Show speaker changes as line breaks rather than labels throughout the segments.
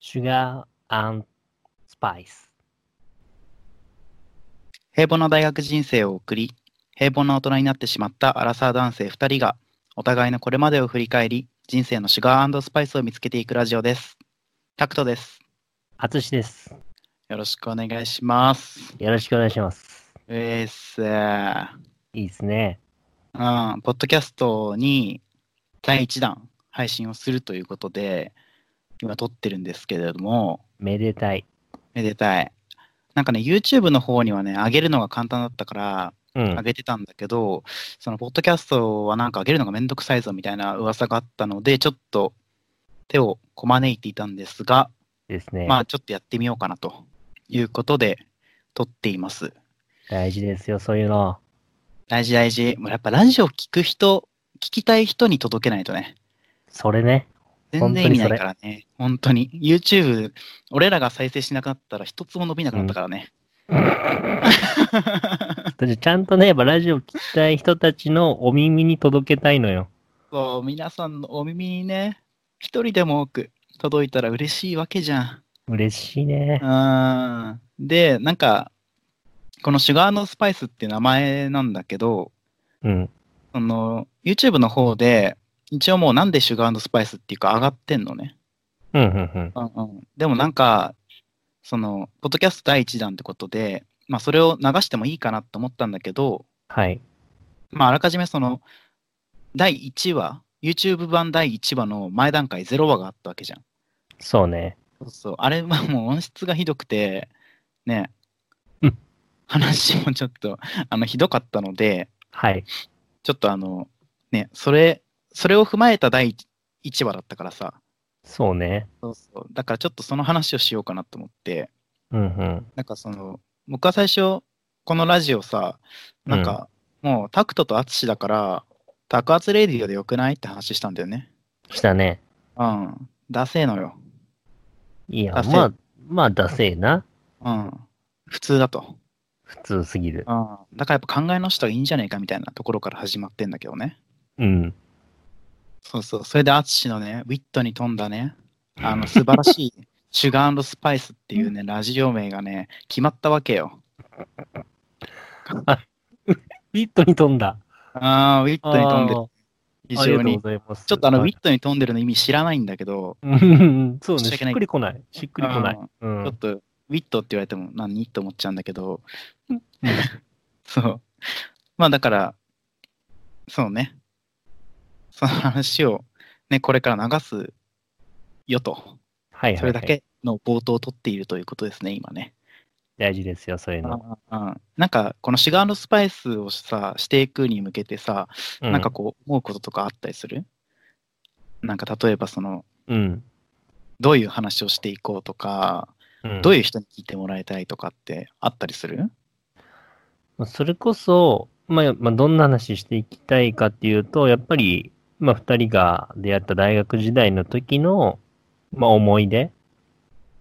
sugar and spice.
平凡な大学人生を送り、平凡な大人になってしまったアラサー男性2人が、お互いのこれまでを振り返り、人生のシュガースパイスを見つけていくラジオです。タクトです。
あつしです。
よろしくお願いします。
よろしくお願いします。
うえーっすー
いいですね。
うん、ポッドキャストに第1弾配信をするということで、今撮ってるんですけれども、
めでたい。
めでたい。なんかね、YouTube の方にはね、上げるのが簡単だったから、
う
上
ん。
げてたんだけど、そのポッドキャストはなんか上げるのがめんどくさいぞみたいな噂があったので、ちょっと手をこまねいていたんですが、
ですね。
まあちょっとやってみようかなということで、撮っています。
大事ですよ、そういうの。
大事大事。もうやっぱラジオ聞く人、聞きたい人に届けないとね、
それね。
全然意味ないからね。本当に。YouTube、俺らが再生しなかったら一つも伸びなくなったからね。
だってちゃんとね、やっぱラジオ聞きたい人たちのお耳に届けたいのよ。
そう、皆さんのお耳にね、一人でも多く届いたら嬉しいわけじゃん。
嬉しいね。
うんで、なんか、このシュガーのスパイスっていう名前なんだけど、
うん。
その YouTube の方で、一応もうなんでシュガースパイスっていうか上がってんのね。
うん、うん、うん。
うんうん、でもなんか、その、ポッドキャスト第1弾ってことで、まあそれを流してもいいかなと思ったんだけど、
はい。
まああらかじめその、第1話、YouTube 版第1話の前段階0話があったわけじゃん。
そうね。
そうそう。あれはもう音質がひどくて、ね
うん、
話もちょっと、あの、ひどかったので、
はい。
ちょっとあの、ね、それ、それを踏まえた第1話だったからさ、
そうね。
そうそう。だからちょっとその話をしようかなと思って、
うん、うん。
なんかその、僕は最初、このラジオさ、なんか、もうタクトとアツシだから、タクアツレディオでよくないって話したんだよね。
したね。
うん。ダセーのよ。
いや、
ダセえ
まあ、まあ、ダセえな。
うん。普通だと。
普通すぎる。
うんだからやっぱ考えの人はいいんじゃねえかみたいなところから始まってんだけどね。
うん。
そうそう。それで淳のね、ウィットに富んだね、あの素晴らしいシュガースパイスっていうね、ラジオ名がね、決まったわけよ。
ウィットに飛んだ。
ああ、ウィットに富んでる
あー
非
あり
常
がとう
に
ご。ざいます。
ちょっとあの、ウ
はい
ィットに富んでるの意味知らないんだけど、
うんそうね、
申し
し
訳ない
っくりこない。しっくりこない。う
ちょっ
ん。
とウィットって言われても何って思っちゃうんだ けど、そう。まあだから、そうね。その話をね、これから流すよと。
はいはい、はい。
それだ。けの冒頭を取っているということですね、今ね。
大事ですよ、そういうの。
うんなんか、このシュガーのスパイスをさ、していくに向けてさ、
う
なんか、こう、思うこととかあったりするなんか、例えば、その、
うん。
どういう話をしていこうとか、どういう人に聞いてもらいたいとかってあったりする
うんそれこそ、まあ、まあ、どんな話していきたいかっていうと、やっぱり、まあ、二人が出会った大学時代の時の、まあ、思い出。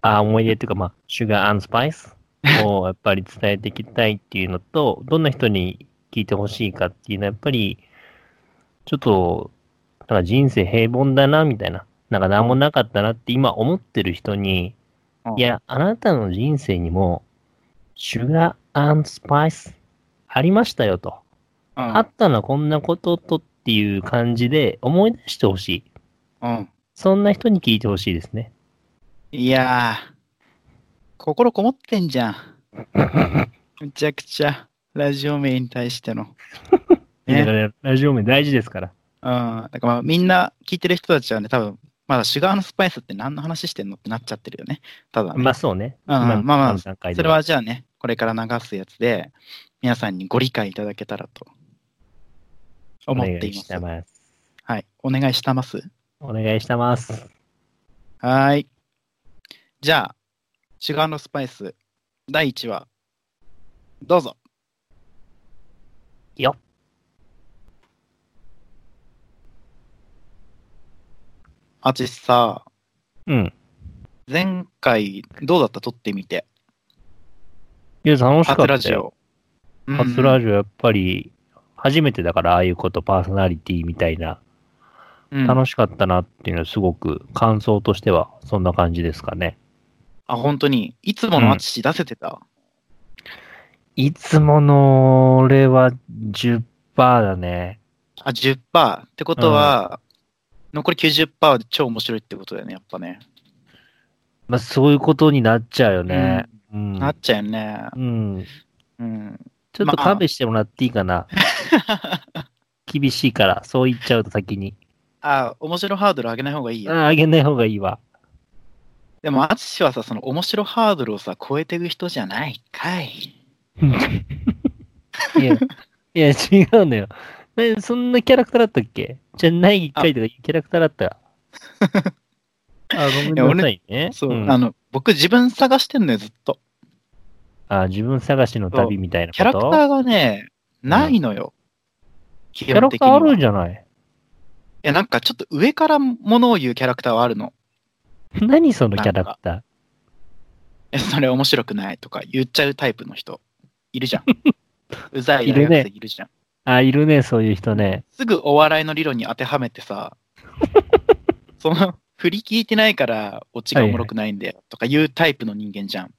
あ、思い出っていうか、まあ、シュガースパイスをやっぱり伝えていきたいっていうのと、どんな人に聞いてほしいかっていうのは、やっぱり、ちょっと、なんか人生平凡だな、みたいな。なんか何もなかったなって今思ってる人に、い、や、あなたの人生にも、シュガースパイスありましたよと。
うん
あったのはこんなこととっていう感じで思い出してほしい。
うん。
そんな人に聞いてほしいですね。
いやー、心こもってんじ ゃん。むちゃくちゃ、ラジオ名に対して の。ね
だからラジオ名大事ですから。
うん、だからまあみんな聞いてる人たちはね、多分まだシュガーのスパイスって何の話してんのってなっちゃってるよね。ただね、
まあそうね。
うん
今
まあまあ
今の段階で
それはじゃあね、これから流すやつで、皆さんにご理解いただけたらと
お
思っ
願
て
い
いま
し
す。
たます。
はい、お願いしたます。
お願いしたます。
はーい。じゃあ、シュガーのスパイス第1話、どうぞ。
よっ
あちさ、
うん。
前回どうだった撮ってみて。
いや、楽しか
初
った
ラジ
よ。
オ。うん
初ラジオやっぱり、初めてだから、ああいうことパーソナリティみたいな
うん、
楽しかったなっていうのはすごく感想としてはそんな感じですかね。
あ、本当に。いつもの淳出せてた。
いつもの俺は10%だね。
あ、10%。ってことは、残り90%は超面白いってことだよね、やっぱね。
まあそういうことになっちゃうよね。うん。
なっちゃうよね。
うん、
うん。
ちょっと
まあ
勘弁してもらっていいか な。厳しいから、そう言っちゃうと先に。
あ、面白ハードル上げない方がいい
あ
よ。
ああげない方がいいわ。
でも、淳はさ、その面白ハードルをさ、超えていく人じゃないかい。
いや、いや違うのよ。えそんなキャラクターだったっけじゃない回とかいうキャラクターだ った。あ、ごめんなさいね。
そう、
ん
あの、僕自分探してんのよ、ずっと。
あ自分探しの旅みたいなこと
キャラクターがね、ないのよ。基
キャラ
本
ク
的
ター
には
あるんじゃない
いや、なんかちょっと上からものを言うキャラクターはあるの。
何そのキャラクタ
え、それ面白くないとか言っちゃうタイプの人。いるじゃん。うざい
いる
大
ね
学生いるじゃん。
ーあ、いるね、そういう人ね。
すぐお笑いの理論に当てはめて さ、その、振り聞いてないから、オチがおもろくないんだよとかいうタイプの人間じゃん。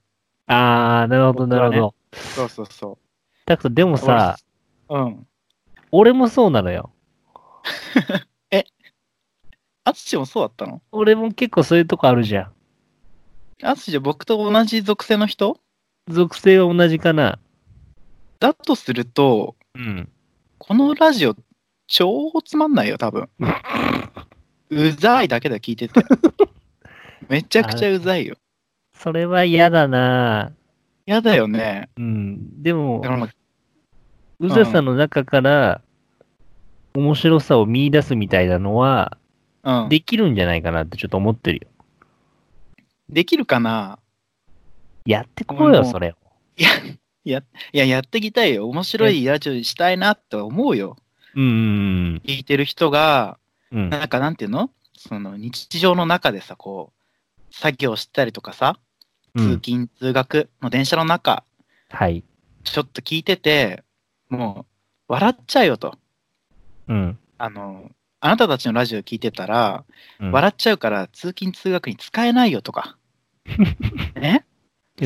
あー、なるほど、なるほ
僕は
ど。
そうそうそ
たくさん、でもさ、
う。うん。
俺もそうなのよ。
あつしもそうだったの
俺も結構そういうとこあるじゃ
あつしじゃ僕と同じ属性の人
ん。属性は同じかな。
だとすると、
うん。
このラジオ、超つまんないよ、多分。うざいだけで聞いてて。めちゃくちゃうざいよ。
それは嫌だな
やだよね。
うん。で
だ
も
か、らまあ
うざさの中から、面白さを見出すみたいなのは、
うん、で
できるんじゃないかなってちょっと思ってるよ。
できるかな
やってこうよ、
うん
それを。
いや、やってきたいよ。面白いラジオにしたいなって思うよ。
うん。
聞いてる人が、
うん。
なんかなんていうのその日常の中でさ、こう、作業したりとかさ、
う
通
ん。
勤、通学の電車の中、
はい。
ちょっと聞いてて、もう、笑っちゃうよと。
うん。
あの、あなたたちのラジオ聞いてたら、
うん
笑っちゃうから通勤通学に使えないよ とか、ね、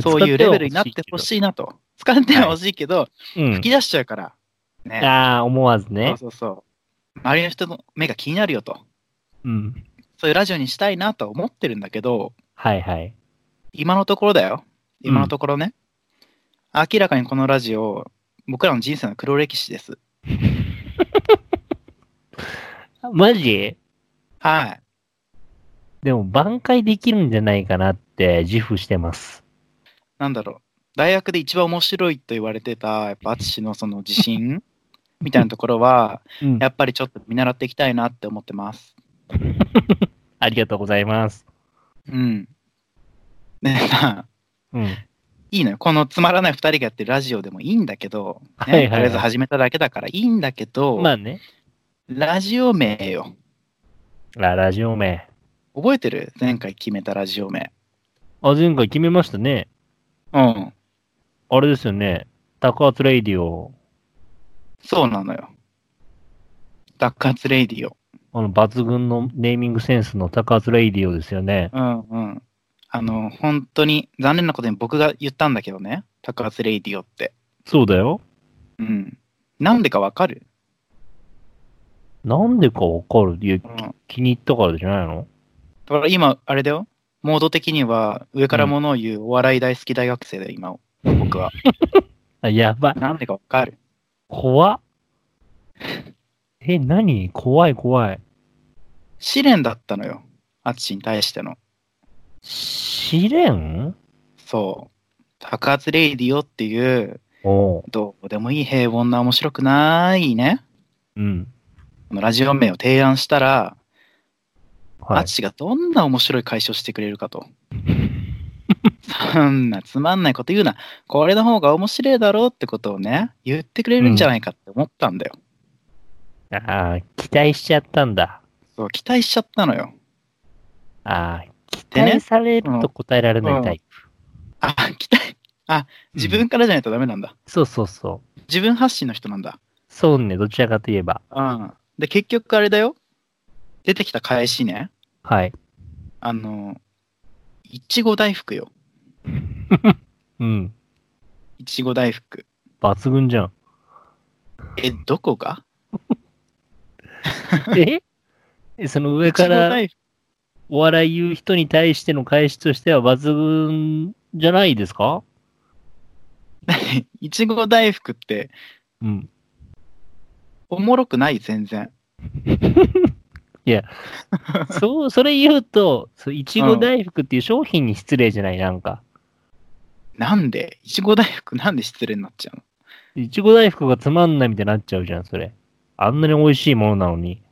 そういうレベルになってほしいなと。使ってはほしいけど、
い。うん
吹き出しちゃうから、ね。
ああ、思わず
そ
ね
う。そうそう。周りの人の目が気になるよと。
うん。
そういうラジオにしたいなとは思ってるんだけど、
はいはい。
今のところだよ。
うん
今のところね。明らかにこのラジオ、僕らの人生の黒歴史です。
マジ
はい。
でも挽回できるんじゃないかなって自負してます。
なんだろう。大学で一番面白いと言われてた、やっぱ淳のその 自信みたいなところは、
うん
やっぱりちょっと見習っていきたいなって思ってます。
ありがとうございます。
うん。ねえさ、
うん。
いいのよ。このつまらない2人がやってるラジオでもいいんだけど、
はい
ね
はいはい
とりあえず始めただけだからいいんだけど、
まあね。
ラジオ名よ。
ララジオ名。
覚えてる前回決めたラジオ名。
あ、前回決めましたね。
うん。
あれですよね。タコアツレイディオ、
そうなのよ。爆発レイディオ。
あの、抜群のネーミングセンスのタコアツレイディオですよね。
うんうん。あの、本当に残念なことに僕が言ったんだけどね。爆発レイディオって。
そうだよ。
うん。なんでかわかる
なんでかわかるいや、
うん。
気に入ったからじゃないの
だから今、あれだよ。モード的には、上から物を言うお笑い大好き大学生だよ、今、僕は。
あ、やばい。
なんでかわかる。
怖っ。え、何怖い怖い。
試練だったのよ。アツシに対しての。
試練
そう。爆発レイディオっていう、
おう。
どうでもいい平凡な面白くないね。
うん。
このラジオ名を提案したら、
はい
アツ。シがどんな面白い解消してくれるかと。そんなつまんないこと言うな。これの方が面白いだろうってことをね、言ってくれるんじゃないかって思ったんだよ。
ああ、期待しちゃったんだ。
そう、期待しちゃったのよ。
ああ、期
でね
待されると答えられないタイプ。
あ、期待。あ、自分からじゃないとダメなんだ。
そうそうそう。
自分発信の人なんだ。
そうね、どちらかといえば。
うん。で、結局あれだよ。出てきた返しね、
はい。
あの、いちご大福よ。
うん。
いちご大福。
抜群じゃ ん。
え、どこが
ええその上か
いちご
ら
大福
お笑い言う人に対しての返しとしては抜群じゃないですか
いちご大福って、
うん。
おもろくない全然。
そう、それ言うと、そういちご大福っていう商品に失礼じゃない、なんか。
なんでいちご大福 なんで失礼になっちゃうの
いちご大福がつまんないみたいになっちゃうじゃん、それ。あんなに美味しいものなのに。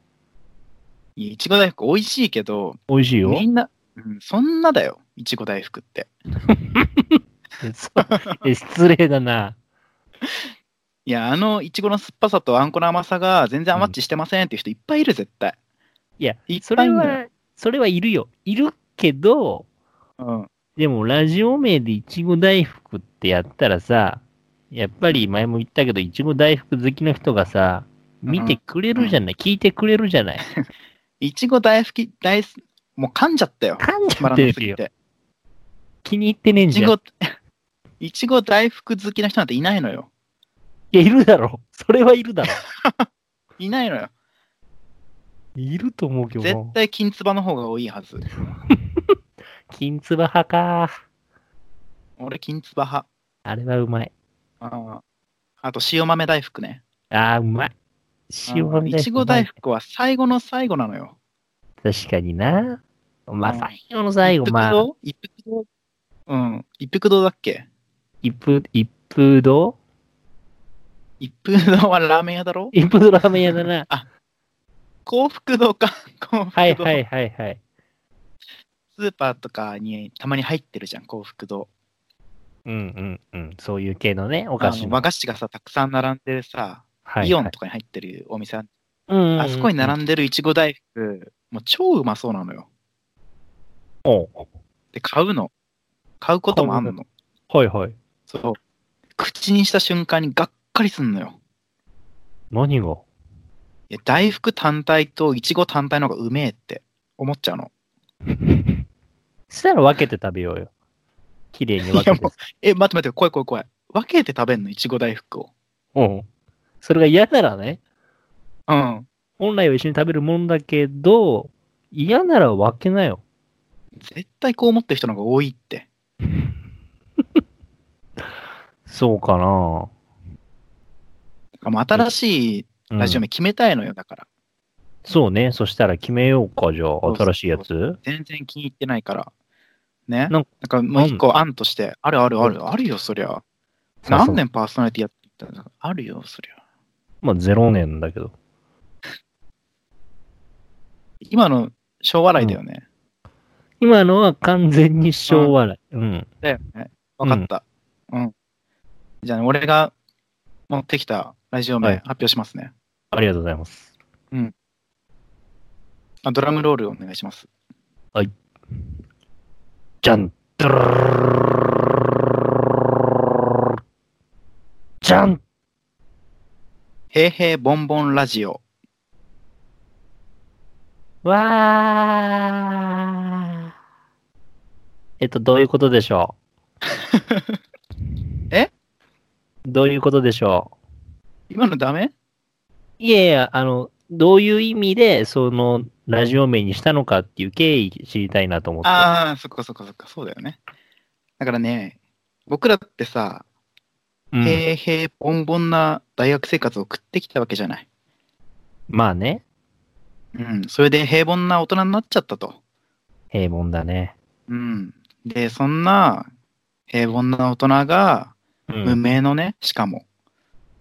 いやいちご大福美味しいけど、
美味しいよ。
みんな、うん、そんなだよ。いちご大福って。
えそうえ失礼だな。
いや、あの、いちごの酸っぱさとあんこの甘さが全然マッチしてませんっていう人いっぱいいる、絶対。
いや
いっ、
そ
ぱいい
れ
んのよ
は、それはいるよ。いるけど、
うん。
でもラジオ名でいちご大福ってやったらさ、やっぱり前も言ったけど、いちご大福好きの人がさ、見てくれるじゃない、聞いてくれるじゃない。
いちご大福、大す、もう噛んじゃったよ。
噛ん
つ
じ
ま
ゃ
ら
っ
な
て
す
る
ぎ
よ。
て。
気に入ってねえん
いち
じゃん。い
ご、 いちご大福好きな人なんていないのよ。
や、いるだろ。それはいるだろ。
いないのよ。
いると思うけど
絶
な、
対金つばの方が多いはず。
金つば派か。
俺、金つば派。
あれはうまい。
あああと、塩豆大福ね。
ああ、うまい。塩まみ
いちご大福は最後の最後なのよ。
確かにな。まあ、
うん
最後の最後、
一
ま
服
あ、
堂一服堂うん。一服堂だっけ
一風、一風堂
一服堂はラーメン屋だろ
一風堂ラーメン屋だな。
幸福堂か。幸福堂。
はいはいはいはい。
スーパーとかにたまに入ってるじゃん、幸福堂。
うんうんうん。そういう系のね、お菓
あ
子
の
の。
和菓子がさ、たくさん並んでるさ、
はいはい
イオンとかに入ってるお店ある
うんうんうん。
あそこに
ん
並んでるいちご大福、もう超うまそうなのよ。
おう
で、買うの。買うこともあんの。
はいはい。
そう。口にした瞬間にがっかりすんのよ。
何が
いや大福単体といちご単体の方がうめえって思っちゃうの。
そしたら分けて食べようよ。綺麗に分け
いや
て
も。え、待って待って、怖い怖い怖い。分けて食べんの、いちご大福を。
うん。それが嫌ならね、
うん。
本来は一緒に食べるもんだけど、嫌なら分けなよ。
絶対こう思ってる人の方が多いって。
そうかな。
だからもう新しい
うん
ラジオ名決めたいのよ、だから。
そうね。そしたら決めようか、じゃ
そ
あ、
うそう
新しいやつ。
全然気に入ってないから。ね。
な
なんんかもう一個案として、あるあるあ
う
る、あるよ、そりゃ。
そうそう
何年パーソナリティやってきたんだあるよ、そりゃ。
まあ、0年だけど。
今の小笑いだよね。
今のは完全に小笑い。うん。
だよね。わかった。うん。じゃあね、俺が持ってきたラジオ
は
名
い
発表しますね。
ありがとうございます。
あドラムロールお願いします。
じゃん、ドゥルルルルルルルルルルじゃん、
へいへいボンボンラジオ。
わー。えっと、どういうことでしょう
え
どういうことでしょう
今のダメ
いやいや、あの、どういう意味で、その、ラジオ名にしたのかっていう経緯知りたいなと思って。
ああ、そっかそっかそっか、そうだよね。だからね、僕らってさ、
うん
へいへいボンボンな大学生活を送ってきたわけじゃない。
まあね、
うん、それで平凡な大人になっちゃったと。
平凡だね。
うん。で、そんな平凡な大人が、
う
無
ん。
名のね、しかも、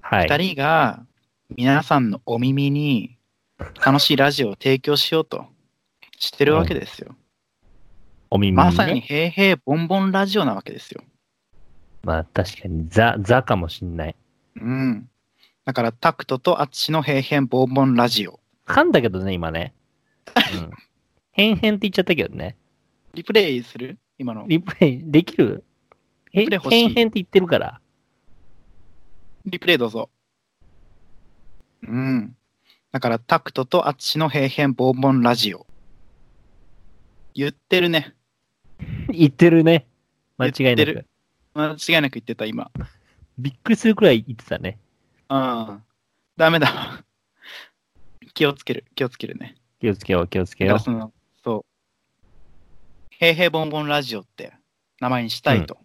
は
二
い。
人が皆さんのお耳に楽しいラジオを提供しようとしてるわけですよ。
お耳に、ね。
まさに、へいへいボンボンラジオなわけですよ。
まあ確かにザ、ザかもしんない。
うん。だから、タクトとあっちのへいへいボンボンラジオ。
噛んだけどね、今ね。うん。変変って言っちゃったけどね。
リプレイする今の。
リプレイできるへ
リプレイ欲しい
変変って言ってるから。
リプレイどうぞ。うん。だから、タクトとあっちの平変ボンボンラジオ。言ってるね。
言ってるね。間違
言
い
っ
な
て
く
る。間違いなく言ってた、今。
びっくりするくらい言ってたね。
うん。ダメだ。気をつける、気をつけるね。
気をつけよう、気をつけ
だ
よ
からその、そう。平平ボンボンラジオって名前にしたいと。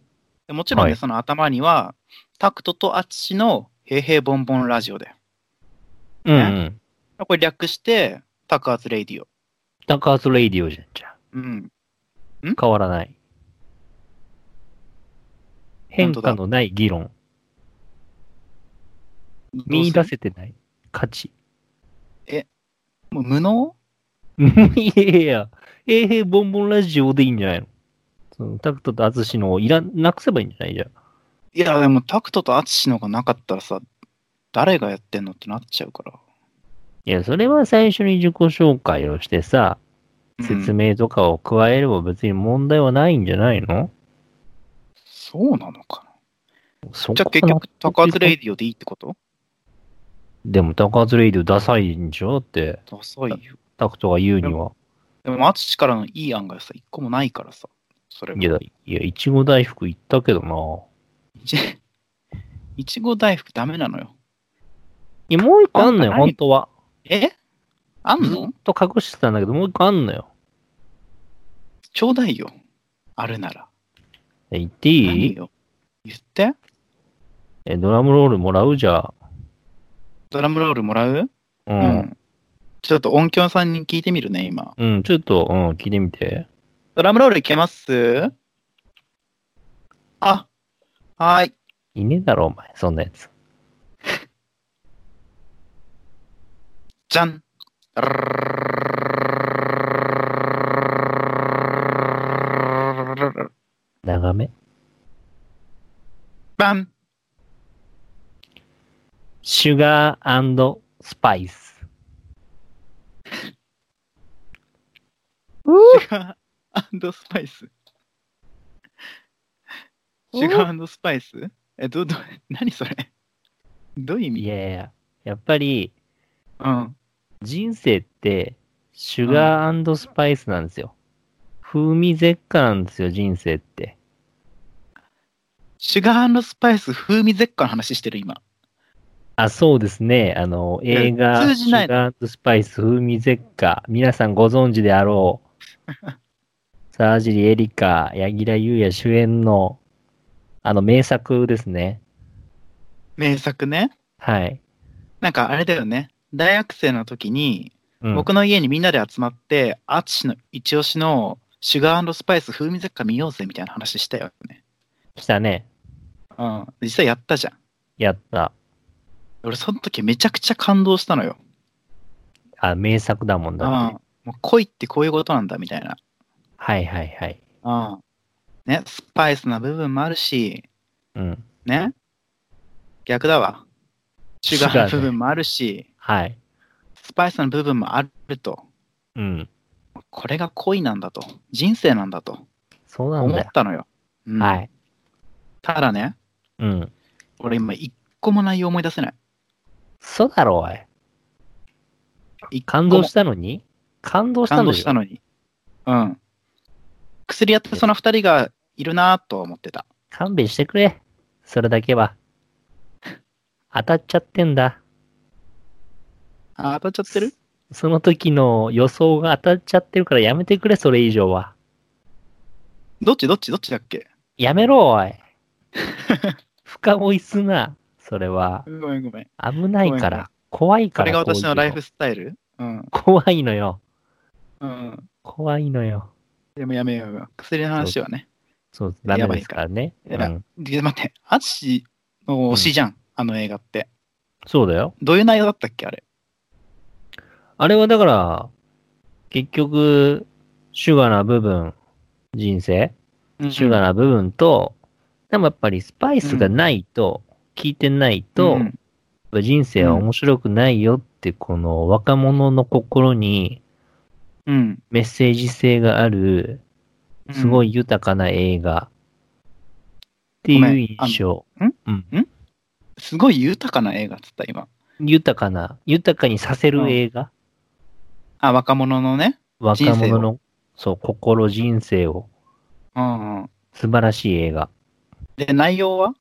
でもちろんね、
はい
その頭には、タクトとあっちの平平ボンボンラジオで。
う。うん、うん。
これ略して、タクアツレイディオ。
ダカーズレイディオじゃん、じゃあ
うん。
変わらない。変
本当だ
化のない議論。
どうする
見出せてない価値。
もう無能
いやいや、平平ボンボンラジオでいいんじゃないのそのタクトとアツシのをいらなくせばいいんじゃないじゃん。
いや、でもタクトとアツシのがなかったらさ、誰がやってんのってなっちゃうから。
いや、それは最初に自己紹介をしてさ、説
うん
明とかを加えれば別に問題はないんじゃないの、
そうなのか
そ
な
こ
じゃあ結局、タクアツレイディオでいいってこと
でもタカツレイディオダサいんでしょって、
ダサいよ。
タクトが言うには。
でも、アツシからのいい案がさ、一個もないからさ。それはい
や、いや、いちご大福言ったけどな。
いちいちご大福ダメなのよ。
いや、もう一個あんのよ、
なんかな
本
い
当は。
えあん
ずっ
の
と隠してたんだけど、もう一個あんのよ。
ちょうだいよ。あるなら。
え言って
い
い
い
い
よ。言って。
え、ドラムロールもらうじゃ
ドラムロールもらう
あ。う。。
うんちょっと音響さんに聞いてみるね、今。
うん、ちょっと、うん、聞いてみて。
ドラムロールいけますあ、はーい。
いねえだろ、お前、そんなやつ。
じゃん。
長め。
バ ン。
シュガースパイス。
シュガースパイス。シュガースパイスえ、ど、ど、何それどういう意
い
味
やいや、やっぱり、
うん。
人生って、シュガースパイスなんですよ。風味絶果なんですよ、人生って。
シュガースパイス風味絶果の話してる今。
あ、そうですね。あの、
や
映画、
通
シ
じない
ュガースパイス風味絶果。皆さんご存知であろ う。沢尻エリカ、柳楽優弥主演の、あの、名作ですね。
名作ね。
はい。
なんかあれだよね。大学生の時に、
うん、
僕の家にみんなで集まって、アツシの一押しのシュガースパイス風味絶果見ようぜみたいな話したよね。
来たね。
うん。実際やったじゃん。
やった。
俺、その時めちゃくちゃ感動したのよ。
あ、名作だもん
う
だ
ん。
って。
もう恋ってこういうことなんだみたいな。
はいはいはい。
うん。ね、スパイスな部分もあるし、
うん。
ね。逆だわ。シュガーの部分もあるし、
はい。
スパイスの部分もあると。
うん。
これが恋なんだと。人生なんだと
そうなん
思
だ
っ
よ。
たのよ。うん
はい。
ただね、
うん。
俺今一個も内容思い出せない。
そうだろ、おい。
一個
感
も
動したのに感動した
感
の
動
に
したのに。うん。薬やってその二人がいるなぁと思ってた。
勘弁してくれ。それだけは。当たっちゃってんだ。
あ、当たっちゃってる
その時の予想が当たっちゃってるからやめてくれ、それ以上は。
どっちどっちどっちだっけ
やめろ、おい。 深追いすな。それは
ご。めんごめん。
危ない
ご
か
めんごめん
ら。怖い
こ
か
れ
ら。
が私のライフ
こ
スタイルうん。
ういうの怖いのよ。
うん。
怖いのよ。
でもやめようよ。薬の話はね。
そう、ダメですからね。
やばいか
うん
で、待って、アツシの推しじゃん、あの映画って。
そうだよ。
どういう内容だったっけあれ。
あれはだから、結局、シュガーな部分、人生、シュガー
ー
な部分と、でもやっぱりスパイスがないと、効いてないと、やっぱ人生は面白くないよって、この若者の心に
うん。
メッセージ性がある、
うん
すご。い豊かな映画っていう印象。
ごめん
うん
すごい豊かな映画っつった、今。
豊かな、豊かにさせる映画、
あ、若者のね。人生
若
を
者の、そう、心、人生を、
うんうん。
素晴らしい映画。
で、内容は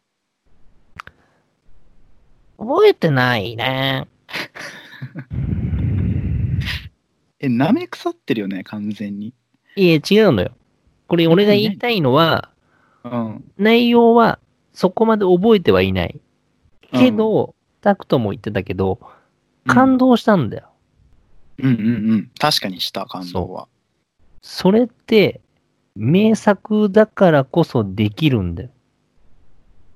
覚えてないね。
え、舐め腐ってるよね、完全に。
いえ、違うのよ。これ、俺が言いたいのは、
うん。
内容はそこまで覚えてはいない。けど、タクトも言ってたけど、感
動。
動したんだよ。
うんうんうん。確かにした、感動は。
それって、名作だからこそできるんだよ。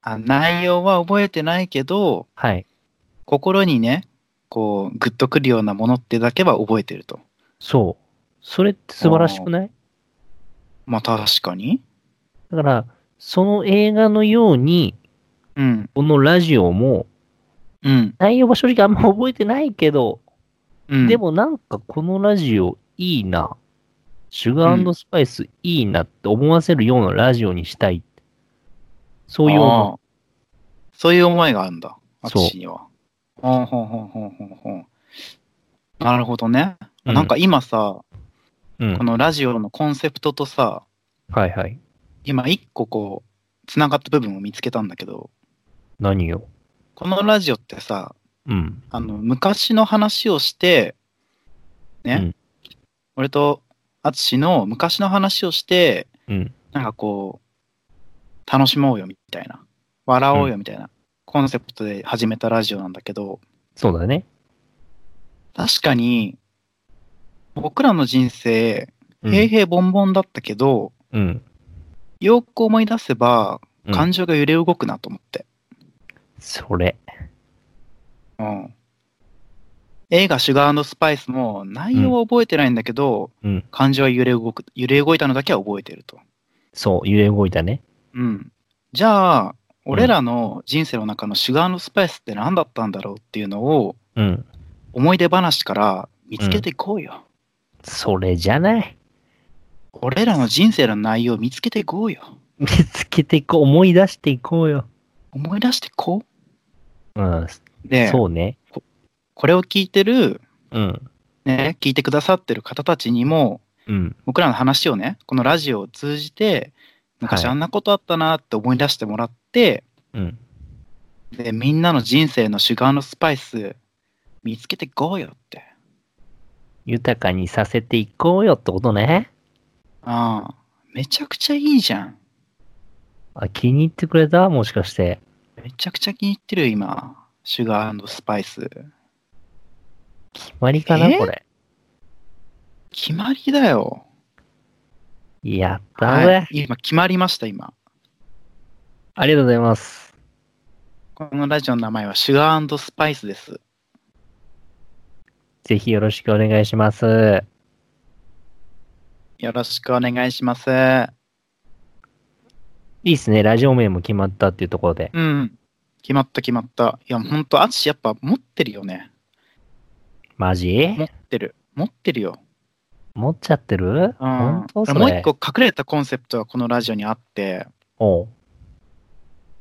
あ内容は覚えてないけど、
はい。
心にね、こう、グッとくるようなものってだけは覚えてると。
そう。それって素晴らしくない
まあ確かに。
だから、その映画のように、
うん。
このラジオも、
うん。
内容は正直あんま覚えてないけど、
うん、
で、もなんかこのラジオいいな、シュガースパイスいいなって思わせるようなラジオにしたいって。そういう思い
ああそういう思いがあるんだ。
そう
私には。ほんほんほんほんほんほん。なるほどね。
うん
なんか今さ、
うん
こ。のラジオのコンセプトとさ、
はいはい。
今一個こう、つながった部分を見つけたんだけど、
何よ。
このラジオってさ、
うん。
あの、昔の話をして、ね、
うん
俺と淳の昔の話をして、
うん。
なんかこう、楽しもうよみたいな、笑おうよみたいな、コンセプトで始めたラジオなんだけど、
そうだね。
確かに、僕らの人生、
うん
平平凡凡だったけど、
うん。
よく思い出せば、
うん
感情が揺れ動くなと思って。
それ。
うん。映画、シュガースパイスも、内容は覚えてないんだけど、
うん。
感情が揺れ動く、揺れ動いたのだけは覚えてると。
そう、揺れ動いたね。
うん。じゃあ、俺らの人生の中のシュガースパイスって何だったんだろうっていうのを、
うん。
思い出話から見つけていこうよ。
それじゃない。
俺らの人生の内容を見つけていこうよ。
見つけていこう。思い出していこうよ。
思い出していこ
うん。
う。で、
そうね。
これを聞いてる、
うん。
ね、聞いてくださってる方たちにも、
うん。
僕らの話をね、このラジオを通じて、昔
はい
あんなことあったなって思い出してもらって、
うん。
で、みんなの人生のシュガーのスパイス、見つけていこうよって。
豊かにさせていこうよってことね。
ああ、めちゃくちゃいいじゃん。
あ、気に入ってくれたもしかして。
めちゃくちゃ気に入ってるよ、今。シュガースパイス。
決まりかな
え
これ。
決まりだよ。
やったぜ、
はい今、決まりました、今。
ありがとうございます。
このラジオの名前はシュガースパイスです。
ぜひよろしくお願いします。
よろしくお願いします。う
いいっすね。ラジオ名も決まったっていうところで。
ん。決まった決まった。いや、ほんと、アツシやっぱ持ってるよね。
マジ
持ってる。持ってるよ。
持っちゃってる
うん。
本当それ。
もう一個隠れたコンセプトがこのラジオにあって、
おう。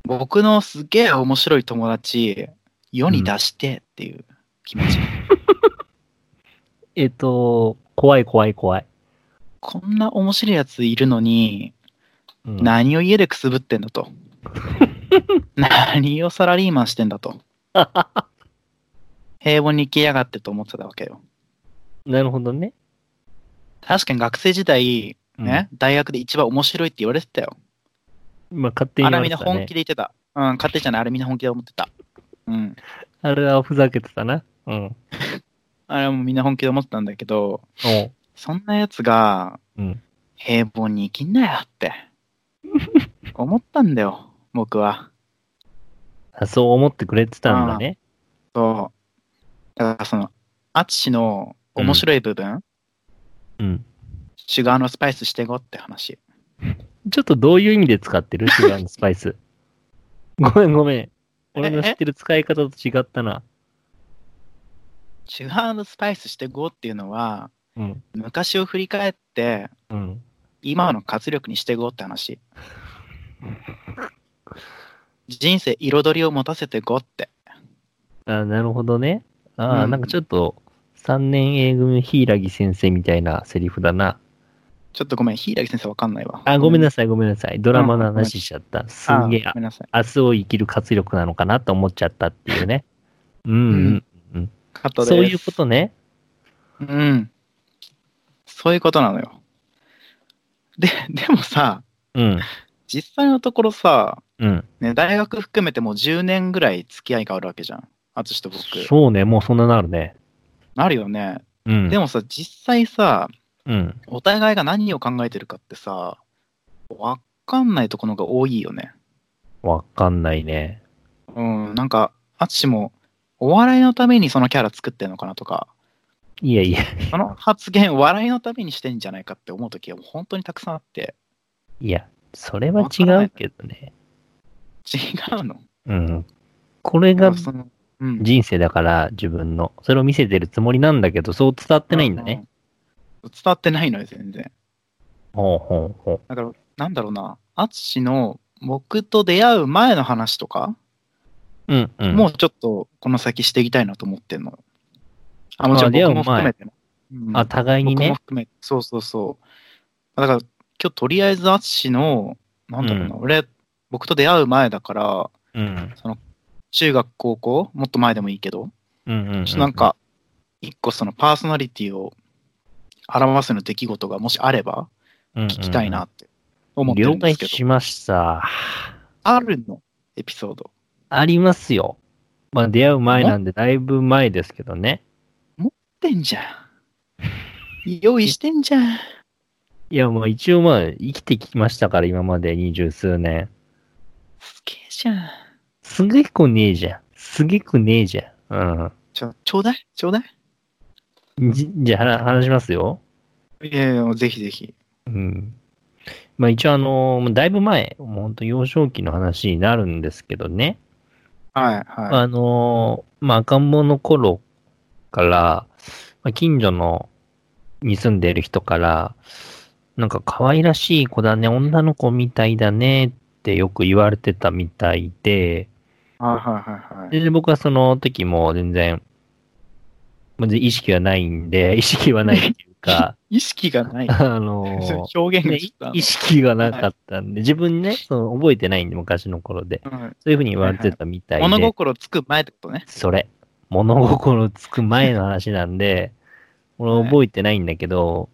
僕のすげえ面白い友達、世に出してっていう気持ち。
えっと、怖い怖い怖い。
こんな面白いやついるのに、
うん
何を家でくすぶってんだ と。何をサラリーマンしてん だと。平凡に生きやがってと思ってたわけよ。
なるほどね。
確かに学生時代、
うん
ね、大学で一番面白いって言われてたよ。
まあ、勝手に言
あれ
われ
みん
て
な
た
本
ね
気。で言ってた。うん、勝手じゃない、あれみんな本気で思ってた。うん。
あれはふざけてたな。うん。
あれはもうみんな本気で思ってたんだけど、
おう。
そんなやつが
うん。
平凡に生きんなよって、思ったんだよ、僕は。
あそう思ってくれてたんだね。
そう。だからその、アツシの面白い部分、
うん。
シュガーのスパイスしてごって話。
ちょっとどういう意味で使ってるシュガーのスパイ ス。ごめんごめん。俺の知ってる使い方と違ったな。
シュガーのスパイスしてごっていうのは、
うん。
昔を振り返って、
うん。
今の活力にしてごって話。人生彩りを持たせてごって。
あなるほどね。ああ、
うん
なんかちょっと、3年 A 組柊先生みたいなセリフだな。
ちょっとごめん、柊先生わかんないわ。
あ、ごめん
な
なさい、ごめんなさい。ドラマの話しちゃった。す
さい。
げえ
あ、ごめんなさい。
明日を生きる活力なのかなと思っちゃったっていうね。うん、うん。
カットです。
そういうことね。
うん。そういうことなのよ。で、でもさ、
うん、
実際のところさ、
うん。
ね、大学含めてもう10年ぐらい付き合いがあるわけじゃん。淳と僕。
そうね、もうそんななるね。
なるよね。
うん。
でもさ、実際さ、
うん。
お互いが何を考えてるかってさ、わかんないところが多いよね。
わかんないね。
うん、なんか、淳も、お笑いのためにそのキャラ作ってんのかなとか、
いやいや、
その発言、笑いのためにしてんじゃないかって思うときは本当にたくさんあって、
いや、それは違うけどね。
違うの
うん。これが
そのうん
人生だから、自分の。それを見せてるつもりなんだけど、そう伝わってないんだね。
うん。伝わってないのよ、全然。
ほうほうほ
だから、なんだろうな、淳の僕と出会う前の話とか、
う。うんうん。
もうちょっとこの先していきたいなと思ってんのよ。あ、もちろ
あ
ん
出会う
僕も含めてね。うん
あ、互いに
僕も
ね。
含めて、そうそうそう。だから、今日とりあえず淳の、なんだろうな、
う
俺、僕と出会う前だから、
うん。
中学、高校、もっと前でもいいけど、
うんうん。
ちょっとなん、か、一個そのパーソナリティを表すような出来事がもしあれば、
聞
聞きたいな。って思ってる
了
んで
解
すけど、
しました。
あるのエピソード。
ありますよ。まあ、出会う前なんで、だいぶ前ですけどね。
ってんじゃん。用意してんじゃん。
いや、まあ、一応まあ、生きてきましたから、今まで二十数年。
すげえじゃん。
すげくねえじゃん。すげくねえじゃん。うん。
ちょ、ちょうだいちょうだい
じ、じゃあ話話しますよ。
いやいや、ぜひぜひ。
うん。まあ一応あの、もうだいぶ前、もう本当幼少期の話になるんですけどね。
はい、は
あの、まあ赤ん坊の頃から、まあ、近所の、に住んでる人から、なんか可愛らしい子だね、女の子みたいだねってよく言われてたみたいで、
い。はい、はい、はい。はい
で、僕はその時も全然、まあ意識はないんで、意識はないっていうか、
意識がない。
あのー
表現が
ね
ちょっとあの
意識がなかったんで、自分ね、その覚えてないんで、昔の頃で。
うん
そういうふうに言われてたみたいで、
物心つく前ってことね。
それ、物心つく前の話なんで、俺覚えてないんだけど、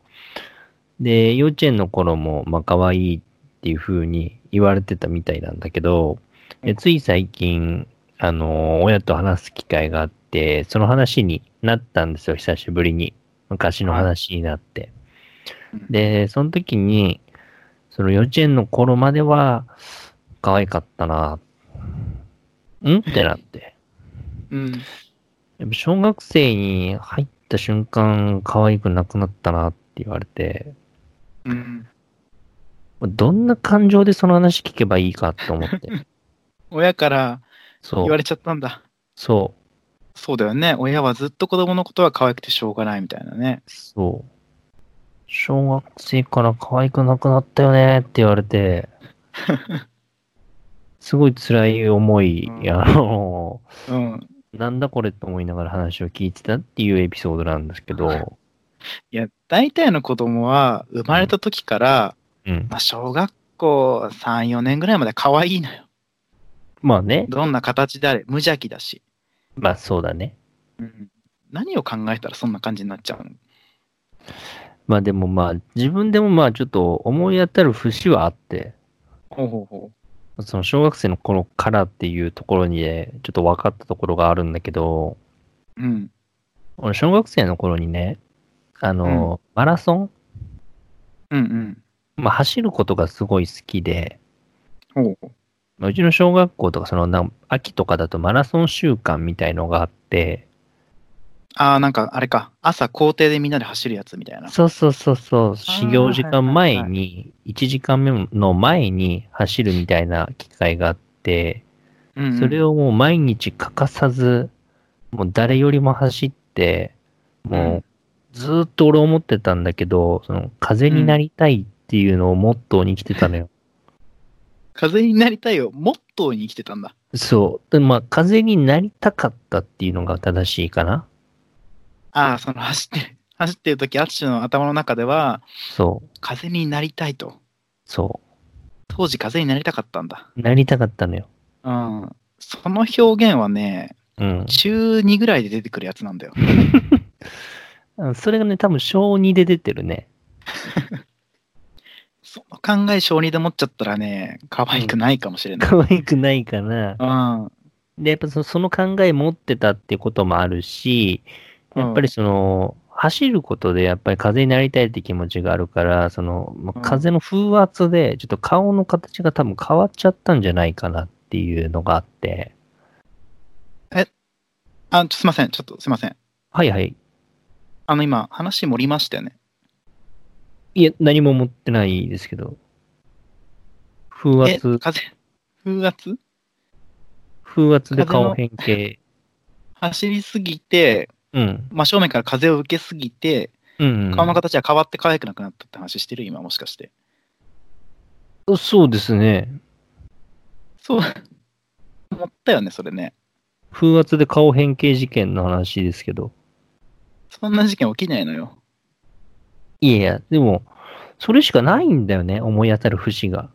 で、幼稚園の頃も、まあ、可愛いっていう風に言われてたみたいなんだけど、でつい最近、あの、親と話す機会があって、その話になったんですよ、久しぶりに。昔の話になって。
うん
で、その時に、その幼稚園の頃までは、可愛かったな。んってなって。
うん。
やっぱ小学生に入った瞬間、可愛くなくなったなって言われて、
うん。
どんな感情でその話聞けばいいかと思って。
親から
そ
言わ
う。
れちゃったんだ。
そう。
そうだよね。親はずっと子供のことは可愛くてしょうがないみたいなね。
そう。小学生から可愛くなくなったよねって言われ て、すごい辛い思い、
うん
あの、
うん。
なんだこれと思いながら話を聞いてたっていうエピソードなんですけど、
いや、大体の子供は生まれた時から、
うん。
まあ、小学校3、4年ぐらいまで可愛いのよ。
まあね、
どんな形であれ、無邪気だし。
まあそうだね。
うん、何を考えたらそんな感じになっちゃうの
まあでもまあ、自分でもまあちょっと思い当たる節はあって、
ほうほうほ
その小学生の頃からっていうところにね、ちょっと分かったところがあるんだけど、
う。うん。
俺小学生の頃にね、あの、マラソン、
うんうん。
まあ走ることがすごい好きで、
ほうほ
まあ、うちの小学校とかそのなん秋とかだとマラソン週間みたいのがあって、
ああ、なんかあれか。朝校庭でみんなで走るやつみたいな。
そうそうそうそう、始業時間前に、1時間目の前に走るみたいな機会があって、
うんうん、
それ
を。
をもう毎日欠かさず、もう誰よりも走って、
う
も
ん
うずーっと俺思ってたんだけど、その風になりたいっていうのをモットーに来てたのよ。
風になりたいをモットーに生きてたんだ。
そう。でまあ、風になりたかったっていうのが正しいかな。
ああ、その走ってる、 走ってる時、アッシュの頭の中では、
そう。
風になりたいと。
そ
当時風になりたかったんだ。
う。なりたかったのよ。
うん。その表現はね、
うん。
中2ぐらいで出てくるやつなんだよ。
あそれがね、多分小2で出てるね。
その考え小児で持っちゃったらね、可愛くないかもしれない。
可愛くないかな。
うん。
で、やっぱそのその考え持ってたってこともあるし、やっぱりその、走ることでやっぱり風になりたいって気持ちがあるから、その、まあ
うん
風の風圧でちょっと顔の形が多分変わっちゃったんじゃないかなっていうのがあって、
あ、ちょすいません。ちょっとすいません。
はいはい。
あの今、話盛りましたよね。
いえ、何も持ってないですけど。風
え、
圧、
風、風圧
風圧で
風
顔
の
変形。
走りすぎて、
うん。
真正面から風を受けすぎて、
うん、
顔の形が変わって可愛くなくなったって話してる今、もしかして。
そうですね。
そう。思ったよね、それね。
風圧で顔変形事件の話ですけど。
そんな事件起きないのよ。
いやいや、でも、それしかないんだよね、思い当たる節が。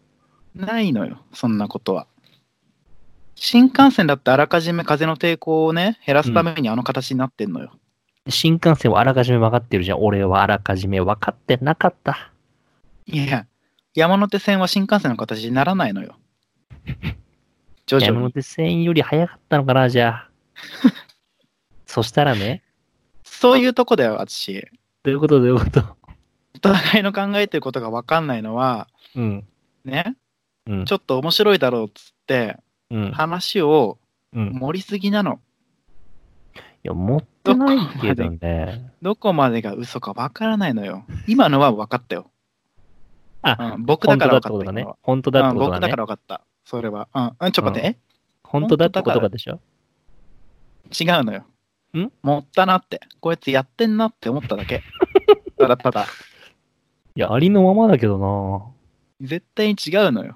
ないのよ、そんなことは。新幹線だってあらかじめ風の抵抗をね、減らすためにあの形になってんのよ。
新幹線はあらかじめ分かってるじゃん。俺はあらかじめ分かってなかった。
いや、山手線は新幹線の形にならない のよ。徐々
山
に。
手線より早かったのかな、じゃ あ。そしたらね、
そういうとこだよ、私。
どういうことどういうこと。
お互いの考えてることが分かんないのは、
うん。
ね、
うん。
ちょっと面白いだろうっつって、
うん。
話を
うん、い
盛りすぎなの。
や、持ってないけどね。
どこまでが嘘か分からないのよ。今のは分かったよ。
あ、
うん、僕だ
本当
か
だ
ら
ってこ
分
とだ
かった
ね
今は。。
本当だっ
う
てこ
ん、
と
僕
だ
だ
ね
から。分かった。それは。うん、うん、ちょっと待って。
本当だってことがでしょ
え違うのよ。
ん
もったなって。こいつやってんなって思った だけ。ただただ。
いや、ありのままだけどな。
絶対に違うのよ。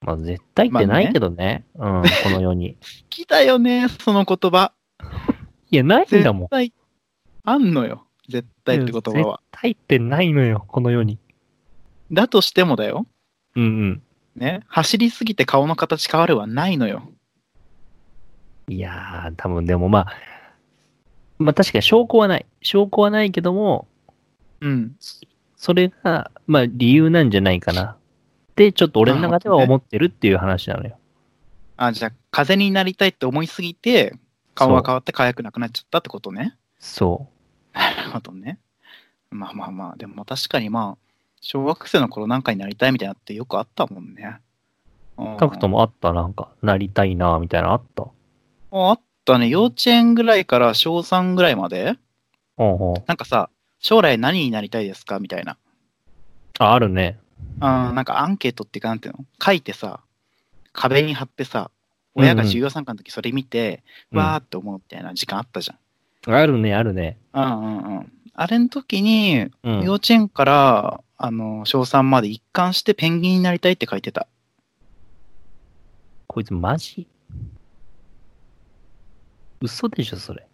まあ、絶対ってないけどね。うん、この世に。
来たよね、その言葉。
いや、ないん
絶
だもん。
対、あんのよ。絶対って言葉は。
絶対ってないのよ、この世に。
だとしてもだよ。
うんうん。
ね。走りすぎて顔の形変わるはないのよ。
いやー、多分でもまあ、まあ確かに証拠はない。証拠はないけども、
うん。
それが、まあ理由なんじゃないかな。で、ちょっと俺の中では
なるほどね
思ってるっていう話なのよ。
あ、じゃあ、風になりたいって思いすぎて、顔が変わって可愛くなくなっちゃったってことね。
そ
なるほどね。まあまあまあ、でも確かにまあ、小学生の頃なんかになりたいみたいなってよくあったもんね。うん
う。タクトもあった、なんか、なりたいなーみたいなのあった。
あったね。幼稚園ぐらいから小3ぐらいまで、
ほうほう。
なんかさ、将来何になりたいですかみたいな。
あ、あるね。
あーなんかアンケートっていうか、なんていうの書いてさ、壁に貼ってさ、親が授業参観の時それ見て、
うん
わーって思うみたいな時間あったじゃん。
あるね、あるね。
うんうんうん。あれの時に、
うん。
幼稚園から、あの、小3まで一貫してペンギンになりたいって書いてた。
こいつマジ嘘でしょ、それ。